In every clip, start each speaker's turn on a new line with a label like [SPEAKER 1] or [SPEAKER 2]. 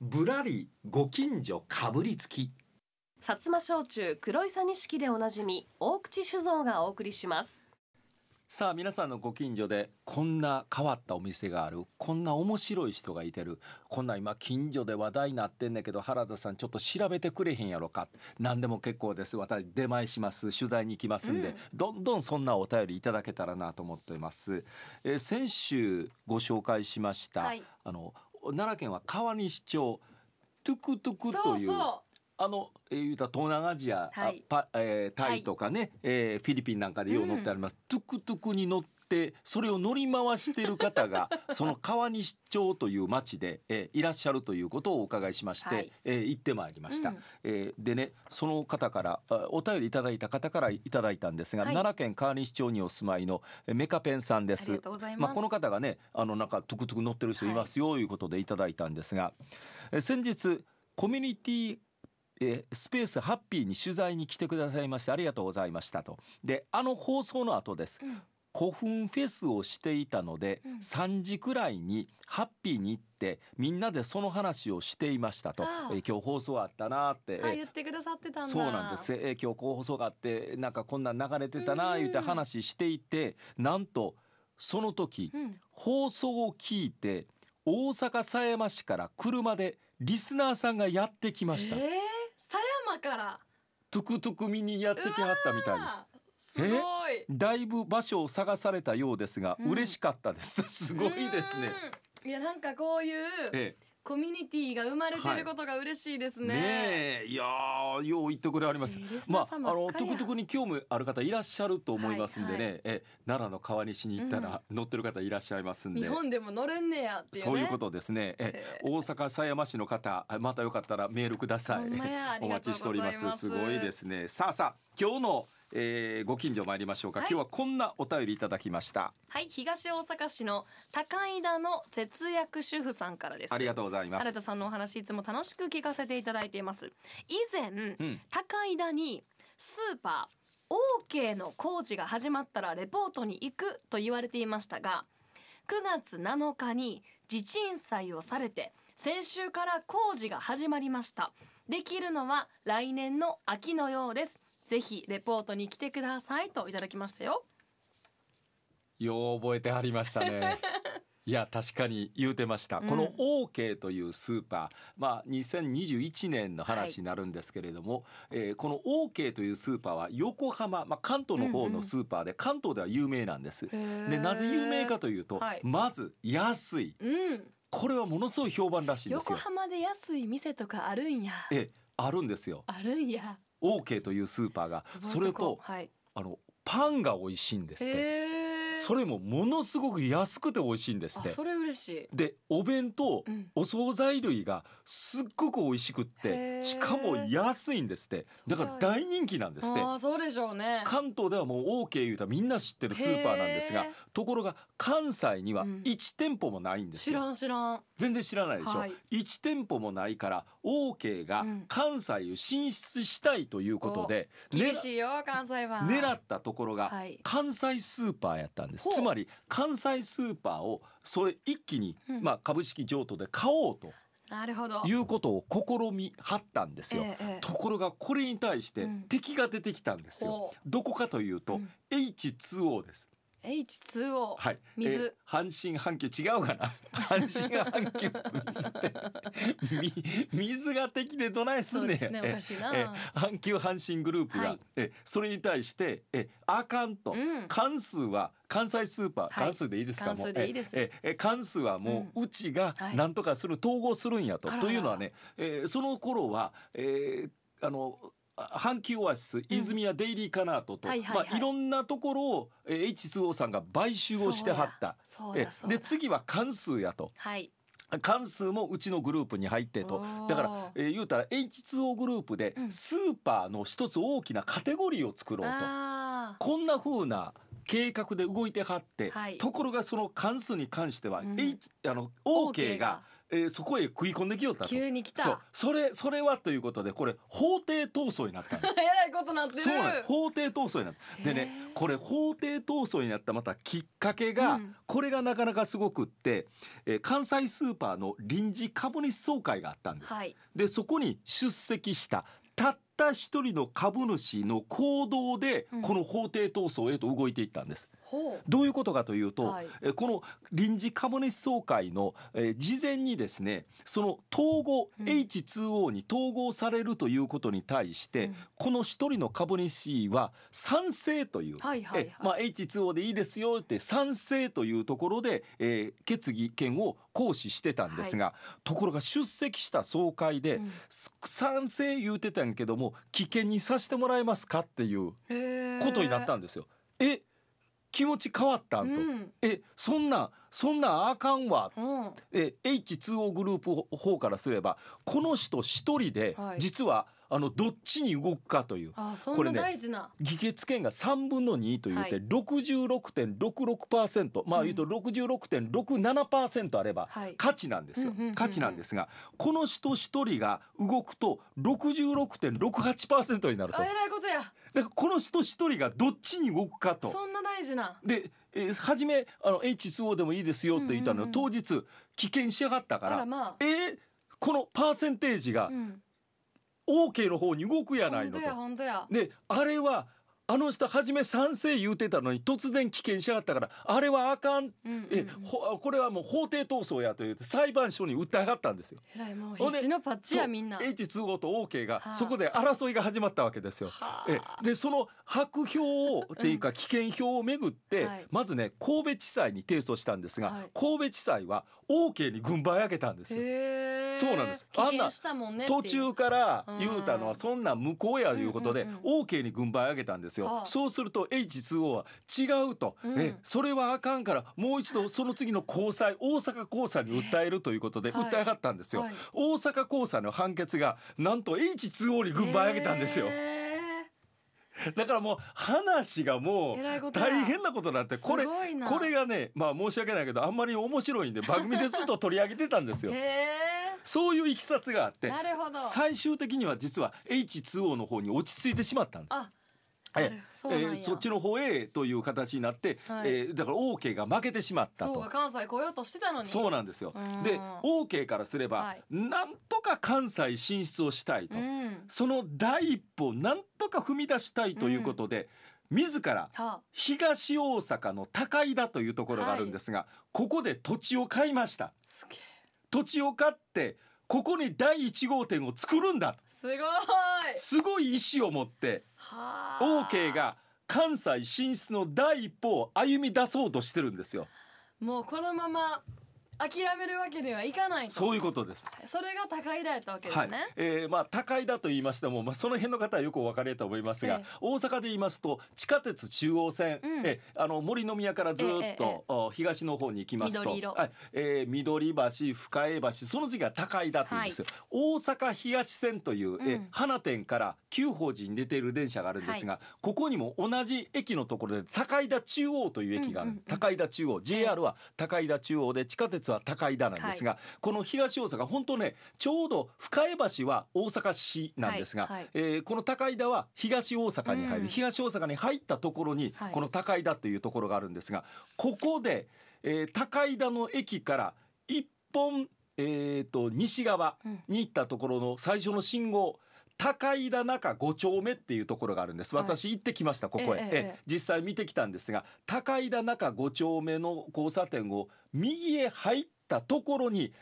[SPEAKER 1] ぶらりご近所かぶりつき
[SPEAKER 2] 薩摩焼酎黒いさ錦でおなじみ大口酒造がお送りします
[SPEAKER 1] さあ皆さんのご近所でこんな変わったお店があるこんな面白い人がいてるこんな今近所で話題になってんだけど原田さんちょっと調べてくれへんやろか何でも結構です私出前します取材に行きますんで、
[SPEAKER 2] うん
[SPEAKER 1] どんどんそんなお便りいただけたらなと思っています、えー先週ご紹介しました、
[SPEAKER 2] はい
[SPEAKER 1] あの奈良県は川西町トゥクトゥク
[SPEAKER 2] そ
[SPEAKER 1] と
[SPEAKER 2] う
[SPEAKER 1] いう
[SPEAKER 2] そ
[SPEAKER 1] あの、えー、言うたら東南アジア、あ
[SPEAKER 2] はい
[SPEAKER 1] パえータイとかね、えーフィリピンなんかでよう乗ってあります、トゥクトゥクに乗ってそれを乗り回してる方 がその川西町という町で、えーいらっしゃるということをお伺いしまして、
[SPEAKER 2] はい
[SPEAKER 1] えー行ってまいりました、
[SPEAKER 2] うん
[SPEAKER 1] えーでねその方からあお便りいただいた方からいただいたんですが、
[SPEAKER 2] はい
[SPEAKER 1] 奈良県川西町にお住まいのえーメカペンさんで
[SPEAKER 2] あり
[SPEAKER 1] す
[SPEAKER 2] がとうございます、
[SPEAKER 1] まあ、この方がねあのなんかトゥクトゥク乗ってる人いますよ、い、うことでいただいたんですがえ先日コミュニティえスペースハッピーに取材に来てくださいましてありがとうございましたとであの放送の後です
[SPEAKER 2] うん
[SPEAKER 1] 古墳フェスをしていたので、
[SPEAKER 2] うん
[SPEAKER 1] 3時くらいにハッピーに行ってみんなでその話をしていましたと
[SPEAKER 2] ああ
[SPEAKER 1] え今日放送あったなって、
[SPEAKER 2] あ
[SPEAKER 1] え
[SPEAKER 2] 言ってくださってたんだ
[SPEAKER 1] そうなんです。えー今日候補層があってなんかこんなん流れてたな
[SPEAKER 2] うん
[SPEAKER 1] 言って話していて、なんとその時
[SPEAKER 2] うん、
[SPEAKER 1] 放送を聞いて大阪狭山市から車でリスナーさんがやってきました、
[SPEAKER 2] えー、狭山から
[SPEAKER 1] トゥクトゥク見にやってきはったみたいです
[SPEAKER 2] あすごい
[SPEAKER 1] だいぶ場所を探されたようですが、
[SPEAKER 2] うん
[SPEAKER 1] 嬉しかったです すごいですね、
[SPEAKER 2] うんいやなんかこういう
[SPEAKER 1] ええ
[SPEAKER 2] コミュニティが生まれてることが嬉しいですね、
[SPEAKER 1] ねえいやーよう言ってくれあります、
[SPEAKER 2] ねえリスナ
[SPEAKER 1] ま
[SPEAKER 2] ー
[SPEAKER 1] あ、あ
[SPEAKER 2] さんばっかり
[SPEAKER 1] の
[SPEAKER 2] や
[SPEAKER 1] トゥクトゥクに興味ある方いらっしゃると思いますんでね、
[SPEAKER 2] は
[SPEAKER 1] え奈良の川西に行ったら乗ってる方いらっしゃいますんで、
[SPEAKER 2] 日本でも乗れんねやっていうね
[SPEAKER 1] そういうことですね。え
[SPEAKER 2] へえ
[SPEAKER 1] 大阪狭山市の方、あまたよかったらメールください
[SPEAKER 2] ほんまやあ。
[SPEAKER 1] お
[SPEAKER 2] りがと
[SPEAKER 1] 待
[SPEAKER 2] うございます
[SPEAKER 1] ちしております。すごいですね。さあさあ、今日の、えー、ご近所参りましょうか。
[SPEAKER 2] はい
[SPEAKER 1] 今日はこんなお便りいただきました。
[SPEAKER 2] はい東大阪市の高井田の節約主婦さんからです
[SPEAKER 1] ありがとうございま
[SPEAKER 2] 原
[SPEAKER 1] す
[SPEAKER 2] 田。さんのお話いつも楽しく聞かせていただいています以前、
[SPEAKER 1] うん、
[SPEAKER 2] 高井田にスーパーオーケーの工事が始まったらレポートに行くと言われていましたが9月7日に地鎮祭をされて先週から工事が始まりましたできるのは来年の秋のようですぜひレポートに来てくださいといただきましたよ
[SPEAKER 1] よう覚えてありました ね。いや確かに言うてました、
[SPEAKER 2] うん
[SPEAKER 1] このオーケーというスーパー、まあ、2021年の話になるんですけれども、えーこのオーケーというスーパーは横浜、まあ、関東の方のスーパーで、関東では有名なんです。で
[SPEAKER 2] で
[SPEAKER 1] なぜ有名かというと、
[SPEAKER 2] はい
[SPEAKER 1] まず安い
[SPEAKER 2] うん
[SPEAKER 1] これはものすごい評判らしいんです
[SPEAKER 2] 横
[SPEAKER 1] よ。
[SPEAKER 2] 浜で安い店とかあるんや
[SPEAKER 1] ええあるんですよ。
[SPEAKER 2] あるんや
[SPEAKER 1] OK というスーパーがそれと
[SPEAKER 2] はい
[SPEAKER 1] あのパンが美味しいんですって、
[SPEAKER 2] へー
[SPEAKER 1] それもものすごく安くて美味しいんですっ
[SPEAKER 2] あ
[SPEAKER 1] て
[SPEAKER 2] それ嬉しい
[SPEAKER 1] でお弁当、
[SPEAKER 2] うん
[SPEAKER 1] お惣菜類がすっごく美味しくっ
[SPEAKER 2] へ
[SPEAKER 1] て
[SPEAKER 2] ー
[SPEAKER 1] しかも安いんですって
[SPEAKER 2] すご
[SPEAKER 1] だ
[SPEAKER 2] い
[SPEAKER 1] から大人気なんですって
[SPEAKER 2] ああそうでしょうね
[SPEAKER 1] 関東ではもう OK 言うたらみんな知ってるスーパーなんですが
[SPEAKER 2] へー
[SPEAKER 1] ところが関西には
[SPEAKER 2] うん
[SPEAKER 1] 1店舗もないんです
[SPEAKER 2] 知
[SPEAKER 1] よ、
[SPEAKER 2] らん知らん
[SPEAKER 1] 全然知らないでしょ、
[SPEAKER 2] はい
[SPEAKER 1] 1店舗もないから OK が
[SPEAKER 2] うん
[SPEAKER 1] 関西を進出したいということで、ね
[SPEAKER 2] 厳しいよ関西は
[SPEAKER 1] 狙ったところが
[SPEAKER 2] はい
[SPEAKER 1] 関西スーパーやったんです、
[SPEAKER 2] ほう
[SPEAKER 1] つまり関西スーパーをそれ一気に、
[SPEAKER 2] うん
[SPEAKER 1] まあ、株式譲渡で買おうと
[SPEAKER 2] なるほど
[SPEAKER 1] いうことを試みはったんですよ。
[SPEAKER 2] ええええ
[SPEAKER 1] ところがこれに対して
[SPEAKER 2] うん
[SPEAKER 1] 敵が出てきたんですよ。
[SPEAKER 2] ほ
[SPEAKER 1] どこかというと、
[SPEAKER 2] うん
[SPEAKER 1] H2O です。
[SPEAKER 2] う H2O
[SPEAKER 1] はい。
[SPEAKER 2] 水
[SPEAKER 1] えー阪神阪急違うか な。阪神阪急水ってみ水が敵でどないす
[SPEAKER 2] そ
[SPEAKER 1] ん
[SPEAKER 2] う
[SPEAKER 1] ねん。
[SPEAKER 2] ですねおかしいな
[SPEAKER 1] えー阪急阪神グループが、
[SPEAKER 2] はい
[SPEAKER 1] えーそれに対してえーあかんと。
[SPEAKER 2] うん
[SPEAKER 1] 関数は関西スーパー、関数でいいですか
[SPEAKER 2] 関数でいいです
[SPEAKER 1] もうえええ関数はもううちが
[SPEAKER 2] はい
[SPEAKER 1] なんとかする、統合するんやと
[SPEAKER 2] あらら
[SPEAKER 1] というのはね、えーその頃は、えーあのあ阪急オアシス泉谷デイリーカナートと、
[SPEAKER 2] はいはいはい
[SPEAKER 1] まあ、いろんなところを、えー、H2O さんが買収をしてはった。
[SPEAKER 2] そう
[SPEAKER 1] え
[SPEAKER 2] だそうだ
[SPEAKER 1] で次は関数やと
[SPEAKER 2] はい
[SPEAKER 1] 関数もうちのグループに入ってと
[SPEAKER 2] おー
[SPEAKER 1] だから、えー言うたら H2O グループで
[SPEAKER 2] うん
[SPEAKER 1] スーパーの一つ大きなカテゴリーを作ろうと、
[SPEAKER 2] あ
[SPEAKER 1] こんな風な計画で動いてはって、
[SPEAKER 2] はい
[SPEAKER 1] ところがその関数に関しては、
[SPEAKER 2] うん
[SPEAKER 1] H あの
[SPEAKER 2] ー
[SPEAKER 1] OK が
[SPEAKER 2] OK
[SPEAKER 1] えーそこへ食い込んできよったと
[SPEAKER 2] 急に来た
[SPEAKER 1] そうそれそれはということでこれ法廷闘争になったんです
[SPEAKER 2] えらいことなってる
[SPEAKER 1] そうなん法廷闘争になったでね
[SPEAKER 2] へー
[SPEAKER 1] これ法廷闘争になったまたきっかけが、
[SPEAKER 2] うん
[SPEAKER 1] これがなかなかすごくって、えー関西スーパーの臨時株主総会があったんです、
[SPEAKER 2] はい
[SPEAKER 1] でそこに出席したたった一人の株主の行動で、
[SPEAKER 2] うん
[SPEAKER 1] この法廷闘争へと動いていったんです
[SPEAKER 2] ほう
[SPEAKER 1] どういうことかというと、
[SPEAKER 2] はい
[SPEAKER 1] えーこの臨時株主総会の、えー事前にですねその統合、
[SPEAKER 2] うん
[SPEAKER 1] H2O に統合されるということに対して、
[SPEAKER 2] うん
[SPEAKER 1] この一人の株主は賛成という、
[SPEAKER 2] はいはいはい
[SPEAKER 1] えーまあ、H2O でいいですよって賛成というところで、えー決議権を行使してたんですが、ところが出席した総会で、
[SPEAKER 2] うん
[SPEAKER 1] 賛成言うてたんやけども危険にさせてもらえますかっていう
[SPEAKER 2] へー
[SPEAKER 1] ことになったんですよ。え気持ち変わったんと、
[SPEAKER 2] うん
[SPEAKER 1] えそんなんそんなんあかんわ
[SPEAKER 2] うん
[SPEAKER 1] え H2O グループ方からすればこの人一人で
[SPEAKER 2] はい
[SPEAKER 1] 実は、あのどっちに動くかという
[SPEAKER 2] あそ
[SPEAKER 1] こ
[SPEAKER 2] ん
[SPEAKER 1] れ
[SPEAKER 2] な
[SPEAKER 1] ね
[SPEAKER 2] 大事な、
[SPEAKER 1] 議決権が3分の2というて
[SPEAKER 2] はい
[SPEAKER 1] 66.66%、まあ言うと
[SPEAKER 2] う
[SPEAKER 1] 66.67%あれば
[SPEAKER 2] はい
[SPEAKER 1] 価値なんですよ
[SPEAKER 2] うんうんうんうん
[SPEAKER 1] 価値なんですがこの人一人が動くと66.68%になると
[SPEAKER 2] あえ
[SPEAKER 1] だから
[SPEAKER 2] いことや
[SPEAKER 1] らこの人一人がどっちに動くかと。
[SPEAKER 2] そんな大事な
[SPEAKER 1] で、えー初めあの H2O でもいいですよって言ったの、
[SPEAKER 2] うんうんうん
[SPEAKER 1] 当日棄権しやがった
[SPEAKER 2] あ
[SPEAKER 1] から
[SPEAKER 2] らま
[SPEAKER 1] えーこのパーセンテージが
[SPEAKER 2] あ、うん
[SPEAKER 1] OK の方に動くやない
[SPEAKER 2] 本
[SPEAKER 1] の
[SPEAKER 2] 当
[SPEAKER 1] と。
[SPEAKER 2] や本当や
[SPEAKER 1] であれはあの人初め賛成言うてたのに突然棄権しやがったからあれはあかん
[SPEAKER 2] うんうんうん
[SPEAKER 1] え、ほこれはもう法廷闘争やと言って裁判所に訴えはったんですよ。
[SPEAKER 2] えらいもう
[SPEAKER 1] ほんで
[SPEAKER 2] 必死のパッチや
[SPEAKER 1] そう
[SPEAKER 2] みんな
[SPEAKER 1] H2O と OK
[SPEAKER 2] は
[SPEAKER 1] が
[SPEAKER 2] あ
[SPEAKER 1] そこで争いが始まったわけですよ。
[SPEAKER 2] は
[SPEAKER 1] え
[SPEAKER 2] あ
[SPEAKER 1] でその白票をっていうか危険票をめぐって、
[SPEAKER 2] はい
[SPEAKER 1] まずね神戸地裁に提訴したんですが、
[SPEAKER 2] はい
[SPEAKER 1] 神戸地裁は OK に軍配上げたんですよ。
[SPEAKER 2] へえ
[SPEAKER 1] そうなんです
[SPEAKER 2] 危
[SPEAKER 1] あん
[SPEAKER 2] 険
[SPEAKER 1] な
[SPEAKER 2] したもんねっていう
[SPEAKER 1] 途中から
[SPEAKER 2] うん
[SPEAKER 1] 言うたのはそんなん無効やいうことで、
[SPEAKER 2] うんう
[SPEAKER 1] OK に軍配上げたんですよ、
[SPEAKER 2] はあ
[SPEAKER 1] そうすると H2O は違うと、
[SPEAKER 2] うん
[SPEAKER 1] えそれはあかんからもう一度その次の高裁大阪高裁に訴えるということで
[SPEAKER 2] はい
[SPEAKER 1] 訴えはったんですよ、
[SPEAKER 2] はい
[SPEAKER 1] 大阪高裁の判決がなんと H2O に軍配上げたんですよ、
[SPEAKER 2] へ
[SPEAKER 1] だからもう話がもう
[SPEAKER 2] ええらいことや
[SPEAKER 1] 大変なことになってこれ
[SPEAKER 2] すごいな
[SPEAKER 1] これがねまあ申し訳ないけどあんまり面白いんで番組でずっと取り上げてたんですよ
[SPEAKER 2] へ。
[SPEAKER 1] そういういきさつがあっ
[SPEAKER 2] え
[SPEAKER 1] て
[SPEAKER 2] なるほど
[SPEAKER 1] 最終的には実は H2O の方に落ち着いてしまったんだ
[SPEAKER 2] あ
[SPEAKER 1] え
[SPEAKER 2] なるそうなんや
[SPEAKER 1] えーそっちの方へという形になって、
[SPEAKER 2] はい
[SPEAKER 1] えーだから OK が負けてしまった
[SPEAKER 2] そう
[SPEAKER 1] と
[SPEAKER 2] か。関西来ようとしてたのに
[SPEAKER 1] そう
[SPEAKER 2] う
[SPEAKER 1] なんですよ
[SPEAKER 2] うん。
[SPEAKER 1] で OK からすれば、
[SPEAKER 2] はい
[SPEAKER 1] なんとか関西進出をしたいと、
[SPEAKER 2] ん
[SPEAKER 1] その第一歩をなんとか踏み出したいということで、自ら
[SPEAKER 2] は
[SPEAKER 1] 東大阪の高井田というところがあるんですが、ここで土地を買いました
[SPEAKER 2] すげえ
[SPEAKER 1] 土地を買ってここに第1号店を作るんだ
[SPEAKER 2] すごい
[SPEAKER 1] すごい意志を持って
[SPEAKER 2] はあ
[SPEAKER 1] OK が関西進出の第一歩を歩み出そうとしてるんですよ
[SPEAKER 2] もうこのまま諦めるわけにはいかないと
[SPEAKER 1] そういうことです
[SPEAKER 2] それが高井だったわけですね、
[SPEAKER 1] はい、えーまあ高井だと言いましても、まあその辺の方はよくお分かりだと思いますが、
[SPEAKER 2] ええ
[SPEAKER 1] 大阪で言いますと地下鉄中央線、
[SPEAKER 2] うん
[SPEAKER 1] えあの森の宮からずっと、
[SPEAKER 2] ええええ
[SPEAKER 1] お東の方に行きますと、
[SPEAKER 2] 緑色
[SPEAKER 1] はい、えー緑橋、深江橋、その次が高井だと言うんですよ。大阪東線という、え
[SPEAKER 2] うん
[SPEAKER 1] 花店から旧宝寺に出ている電車があるんですが、ここにも同じ駅のところで高井田中央という駅がある、
[SPEAKER 2] うんうんうん
[SPEAKER 1] 高井田中央 JR は高井田中央で地下鉄は高井田なんですが、この東大阪本当ねちょうど深江橋は大阪市なんですが、
[SPEAKER 2] はいはい
[SPEAKER 1] えーこの高井田は東大阪に入る、
[SPEAKER 2] うん
[SPEAKER 1] 東大阪に入ったところに、
[SPEAKER 2] はい
[SPEAKER 1] この高井田というところがあるんですがここで、えー高井田の駅から一本、えー、と西側
[SPEAKER 2] うん
[SPEAKER 1] に行ったところの最初の信号高井田中5丁目っていうところがあるんです
[SPEAKER 2] はい
[SPEAKER 1] 私行ってきましたここへ、
[SPEAKER 2] ええ
[SPEAKER 1] え
[SPEAKER 2] ええ
[SPEAKER 1] 実際見てきたんですが高井田中5丁目の交差点を右へ入ったところに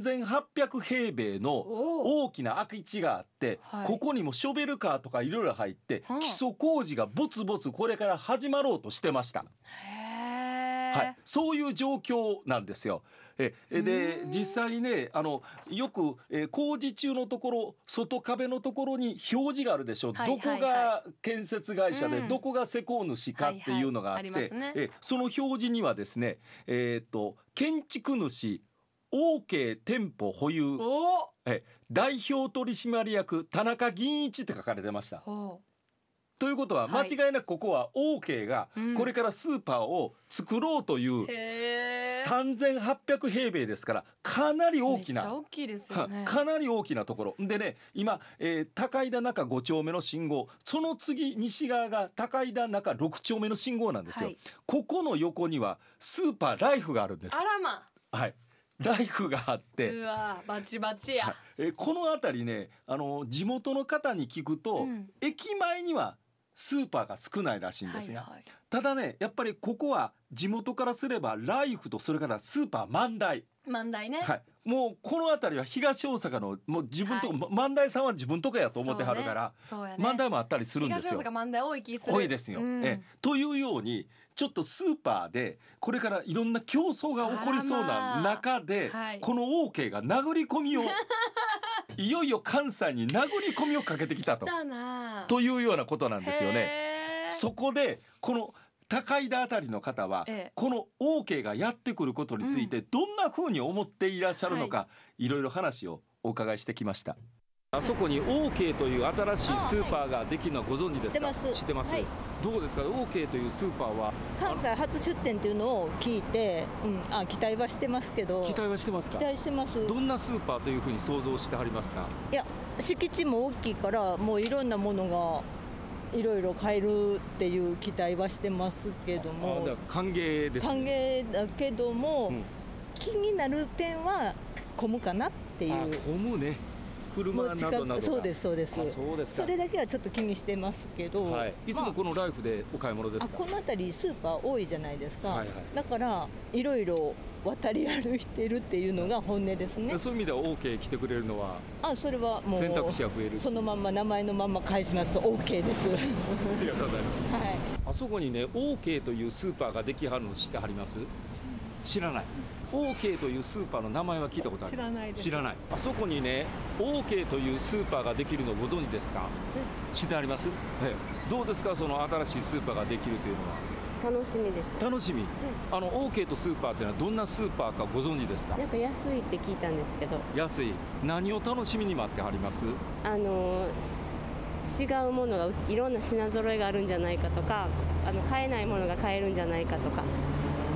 [SPEAKER 1] 3800平米の
[SPEAKER 2] おお
[SPEAKER 1] 大きな空き地があって、
[SPEAKER 2] はい
[SPEAKER 1] ここにもショベルカーとかいろいろ入って、
[SPEAKER 2] はあ
[SPEAKER 1] 基礎工事がぼつぼつこれから始まろうとしてました。
[SPEAKER 2] へえ、
[SPEAKER 1] はい、そういう状況なんですよ。ええで
[SPEAKER 2] うーん
[SPEAKER 1] 実際にねあのよく、えー工事中のところ外壁のところに表示があるでしょ、
[SPEAKER 2] はいはい
[SPEAKER 1] どこが建設会社で、
[SPEAKER 2] うん
[SPEAKER 1] どこが施工主かっていうのがあって、
[SPEAKER 2] はいはいありますね
[SPEAKER 1] えその表示にはですね、えー、と建築主 OK 店舗保有
[SPEAKER 2] お
[SPEAKER 1] え代表取締役田中銀一って書かれてました。
[SPEAKER 2] おお
[SPEAKER 1] ということは間
[SPEAKER 2] はい
[SPEAKER 1] 違いなくここは OK が
[SPEAKER 2] うん
[SPEAKER 1] これからスーパーを作ろうという
[SPEAKER 2] へえ。
[SPEAKER 1] 3800平米ですからかなり大き
[SPEAKER 2] めっちゃ
[SPEAKER 1] な。
[SPEAKER 2] 大きいですよね。
[SPEAKER 1] かなり大きなところでね今、えー高井田中5丁目の信号その次西側が高井田中6丁目の信号なんですよ、
[SPEAKER 2] はい
[SPEAKER 1] ここの横にはスーパーライフがあるんです
[SPEAKER 2] あらま。
[SPEAKER 1] はいライフがあって、
[SPEAKER 2] うわバチバチや。
[SPEAKER 1] はいえーこの辺りねあの地元の方に聞くと、
[SPEAKER 2] うん
[SPEAKER 1] 駅前にはスーパーが少ないらしいんですが、
[SPEAKER 2] はい。
[SPEAKER 1] ただねやっぱりここは地元からすればライフとそれからスーパー万代、
[SPEAKER 2] 問題ね。
[SPEAKER 1] はい、もうこの辺りは東大阪のもう自分とこ、
[SPEAKER 2] は
[SPEAKER 1] ま万代さんは自分とこやと思ってはるから、
[SPEAKER 2] そうね。そうやね。
[SPEAKER 1] 万代もあったりするんですよ
[SPEAKER 2] 東大阪。問題多い気する。
[SPEAKER 1] 多いですよ、
[SPEAKER 2] うん
[SPEAKER 1] ええというようにちょっとスーパーでこれからいろんな競争が起こりそうな中で、
[SPEAKER 2] あらまあ はい
[SPEAKER 1] この OK が殴り込み をいよいよ関西に殴り込みをかけてきたと
[SPEAKER 2] だなあ。
[SPEAKER 1] というようなことなんですよね。
[SPEAKER 2] へえ。
[SPEAKER 1] そこでこの高井田あたりの方は、
[SPEAKER 2] ええ
[SPEAKER 1] この OK がやってくることについてどんな風に思っていらっしゃるのか、いろいろ話をお伺いしてきました。あそこに OK という新しいスーパーができるのはご存知ですか
[SPEAKER 3] 知ってます
[SPEAKER 1] 知ってます、
[SPEAKER 3] はい
[SPEAKER 1] どうですか OK というスーパーは
[SPEAKER 3] 関西初出店というのを聞いて、うん、あ期待はしてますけど
[SPEAKER 1] 期待はしてますか
[SPEAKER 3] 期待してます
[SPEAKER 1] どんなスーパーというふうに想像してはりますか
[SPEAKER 3] いや敷地も大きいからもういろんなものがいろいろ買えるっていう期待はしてますけど
[SPEAKER 1] あ
[SPEAKER 3] も
[SPEAKER 1] だから歓迎です、ね、
[SPEAKER 3] 歓迎だけども、
[SPEAKER 1] うん
[SPEAKER 3] 気になる点は混むかなっていう
[SPEAKER 1] あ混むね
[SPEAKER 3] も
[SPEAKER 1] 車な
[SPEAKER 3] う
[SPEAKER 1] どなどが
[SPEAKER 3] そうですそうです
[SPEAKER 1] あそうですか
[SPEAKER 3] それだけはちょっと気にしてますけど、
[SPEAKER 1] はい、いつ
[SPEAKER 3] ま
[SPEAKER 1] も
[SPEAKER 3] あ
[SPEAKER 1] このライフでお買い物です
[SPEAKER 3] あ
[SPEAKER 1] か、
[SPEAKER 3] この辺りスーパー多いじゃないですか、
[SPEAKER 1] はいは
[SPEAKER 3] だからいろいろ渡り歩いてるっていうのが本音ですね
[SPEAKER 1] そういう意味では OK 来てくれるのは
[SPEAKER 3] あそれはもう
[SPEAKER 1] 選択肢が増えるし
[SPEAKER 3] そのまんま名前のまんま返します OK ですはい
[SPEAKER 1] ありがとうございますあそこにね OK というスーパーができはるの知ってはります知らない OK というスーパーの名前は聞いたことある
[SPEAKER 4] 知らないです
[SPEAKER 1] 知らないあそこにね OK というスーパーができるのご存知ですか知ってあります、ええどうですかその新しいスーパーができるというのは
[SPEAKER 4] 楽しみです
[SPEAKER 1] 楽しみ、あの OK とスーパーというのはどんなスーパーかご存知ですか
[SPEAKER 4] なんか安いって聞いたんですけど
[SPEAKER 1] 安い何を楽しみに待ってはります
[SPEAKER 4] あのし違うものがいろんな品揃えがあるんじゃないかとかあの買えないものが買えるんじゃないかとか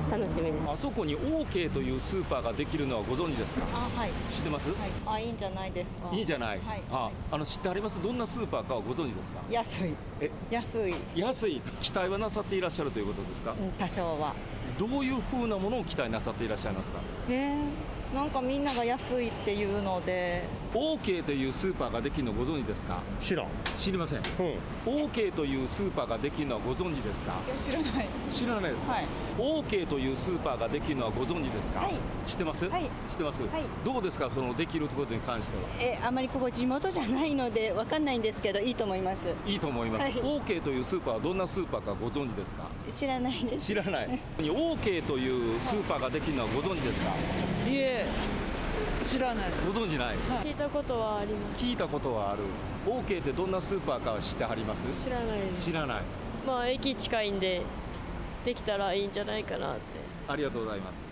[SPEAKER 4] 楽しみです
[SPEAKER 1] あそこに OK というスーパーができるのはご存知ですか
[SPEAKER 3] あはい
[SPEAKER 1] 知ってます、
[SPEAKER 3] はいあいいんじゃないですか
[SPEAKER 1] いいじゃない、
[SPEAKER 3] はい
[SPEAKER 1] ああの知ってありますどんなスーパーかはご存知ですか
[SPEAKER 3] 安い
[SPEAKER 1] え
[SPEAKER 3] 安い、
[SPEAKER 1] 安い期待はなさっていらっしゃるということですか
[SPEAKER 3] うん、多少は
[SPEAKER 1] どういうふうなものを期待なさっていらっしゃいますか
[SPEAKER 3] ねえなんかみんなが安いっていうので
[SPEAKER 1] OK というスーパーができるのご存知ですか
[SPEAKER 5] 知らん、
[SPEAKER 1] 知りません
[SPEAKER 5] うん、
[SPEAKER 1] OK というスーパーができるのはご存知ですか
[SPEAKER 3] 知らない
[SPEAKER 1] 知らないです、
[SPEAKER 3] はい
[SPEAKER 1] OK というスーパーができるのはご存知ですか、
[SPEAKER 3] はい
[SPEAKER 1] 知ってます、
[SPEAKER 3] はい
[SPEAKER 1] 知ってます、
[SPEAKER 3] はい
[SPEAKER 1] どうですかそのできることに関しては
[SPEAKER 3] えあまりここ地元じゃないのでわかんないんですけどいいと思います
[SPEAKER 1] いいと思います、
[SPEAKER 3] はい
[SPEAKER 1] OK というスーパーはどんなスーパーかご存知ですか
[SPEAKER 3] 知らないで
[SPEAKER 1] 知らない OK というスーパーができるのはご存知ですか
[SPEAKER 6] いえ知らない
[SPEAKER 1] ご存知ない
[SPEAKER 4] 聞いたことはありま
[SPEAKER 1] 聞いたことはある OK ってどんなスーパーかは知ってはります
[SPEAKER 4] 知らないで
[SPEAKER 1] 知らない
[SPEAKER 4] まあ駅近いんでできたらいいんじゃないかなって
[SPEAKER 1] ありがとうございます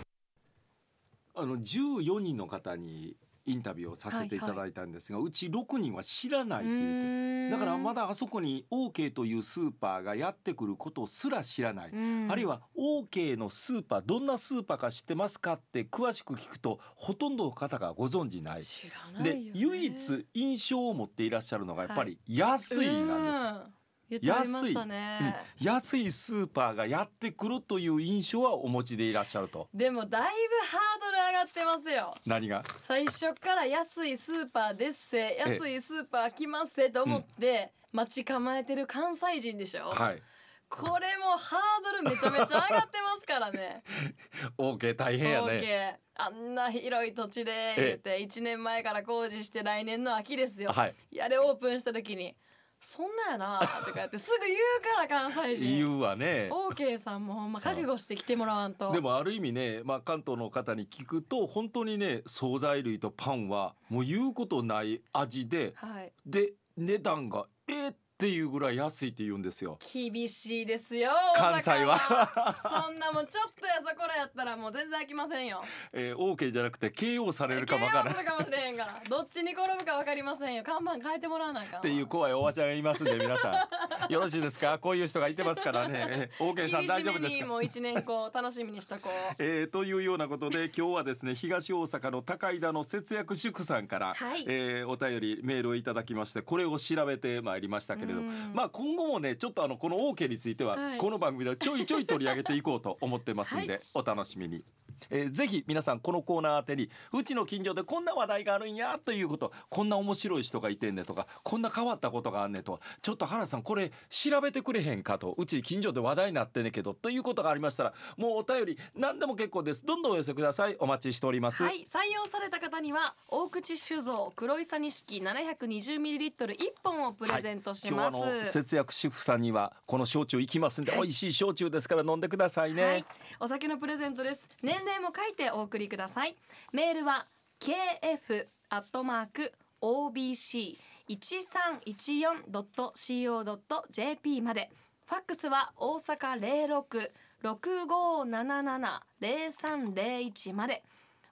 [SPEAKER 1] あの14人の方にインタビューをさせていただいたんですが、うち6人は知らないと言ってだからま
[SPEAKER 2] だ。
[SPEAKER 1] だあそこに OK というスーパーがやってくることすら知らない、
[SPEAKER 2] うん
[SPEAKER 1] あるい。は OK のスーパーどんなスーパーか知ってますかって詳しく聞くとほとんどの方がご存じない。
[SPEAKER 2] 知らない
[SPEAKER 1] で
[SPEAKER 2] よね。
[SPEAKER 1] 唯一印象を持っていらっしゃるのがやっぱり安いなんです。
[SPEAKER 2] です。言ってありましたね。
[SPEAKER 1] うん安いスーパーがやってくるという印象はお持ちでいらっしゃると
[SPEAKER 2] でもだいぶハードル上がってますよ。
[SPEAKER 1] 何が
[SPEAKER 2] 最初から安いスーパーですせ安いスーパー来ますせと思って待ち構えてる関西人でしょ、
[SPEAKER 1] はい
[SPEAKER 2] これもハードルめちゃめちゃ上がってますからね
[SPEAKER 1] OK 大変やね
[SPEAKER 2] OK あんな広い土地で言って1年前から工事して来年の秋ですよ、
[SPEAKER 1] はい
[SPEAKER 2] いやでオープンした時に「そんなんやな」とかや ってすぐ言うから関西
[SPEAKER 1] 言
[SPEAKER 2] 人
[SPEAKER 1] うわね
[SPEAKER 2] OK さんもほんま覚悟して来てもらわんと
[SPEAKER 1] でもある意味ね、まあ、関東の方に聞くと本当にね惣菜類とパンはもう言うことない味で
[SPEAKER 2] はい
[SPEAKER 1] で値段がえーっっていうぐらい安いって言うんですよ
[SPEAKER 2] 厳しいですよ
[SPEAKER 1] 関西は
[SPEAKER 2] 大阪はそんなもんちょっとやそこらやったらもう全然飽きませんよ
[SPEAKER 1] えー、OK じゃなくて KO されるかもわから
[SPEAKER 2] 形
[SPEAKER 1] な
[SPEAKER 2] 容
[SPEAKER 1] い
[SPEAKER 2] するかもしれへんからどっちに転ぶか分かりませんよ看板変えてもらわなあかんわ
[SPEAKER 1] っていう怖いおばちゃんがいますんで皆さんよろしいですかこういう人がいてますから ねえー OK さん
[SPEAKER 2] 厳
[SPEAKER 1] 大
[SPEAKER 2] し
[SPEAKER 1] 丈夫
[SPEAKER 2] め
[SPEAKER 1] です
[SPEAKER 2] に
[SPEAKER 1] か
[SPEAKER 2] もう一年こう楽しみにしとこう
[SPEAKER 1] えーというようなこと で今日はですね東大阪の高井田の節約塾さんから、
[SPEAKER 2] はい
[SPEAKER 1] えーお便りメールをいただきましてこれを調べてまいりましたけれど
[SPEAKER 2] うん
[SPEAKER 1] まあ今後もねちょっとあのこの OK については、
[SPEAKER 2] はい
[SPEAKER 1] この番組ではちょいちょい取り上げていこうと思ってますんで、
[SPEAKER 2] はい
[SPEAKER 1] お楽しみに。えーぜひ皆さんこのコーナー宛てにうちの近所でこんな話題があるんやということこんな面白い人がいてんねとかこんな変わったことがあんねとちょっと原田さんこれ調べてくれへんかとうち近所で話題になってんねんけどということがありましたらもうお便り何でも結構ですどんどんお寄せくださいお待ちしております、
[SPEAKER 2] はい、採用された方には大口酒造黒いさ錦 720ml1 本をプレゼントし
[SPEAKER 1] 今日
[SPEAKER 2] ます、
[SPEAKER 1] はあの節約主婦さんにはこの焼酎いきますんで、美味しい焼酎ですから飲んでくださいね、
[SPEAKER 2] はい、お酒のプレゼントです。年齢も書いてお送りください。メールは kf アットマーク obc 一三一四ドット co ドット jp まで。ファックスは大阪零六六五七七零三零一まで。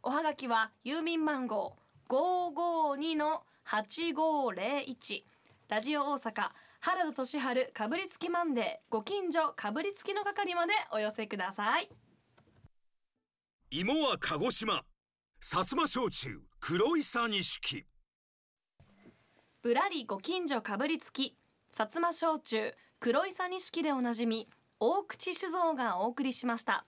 [SPEAKER 2] おはがきは郵便番号五五二の八五零一。ラジオ大阪原田俊春かぶりつきマンデーご近所かぶりつきの係までお寄せください
[SPEAKER 5] 芋は鹿児島薩摩焼酎黒いさ錦
[SPEAKER 2] ぶらりご近所かぶりつき薩摩焼酎黒いさ錦でおなじみ大口酒造がお送りしました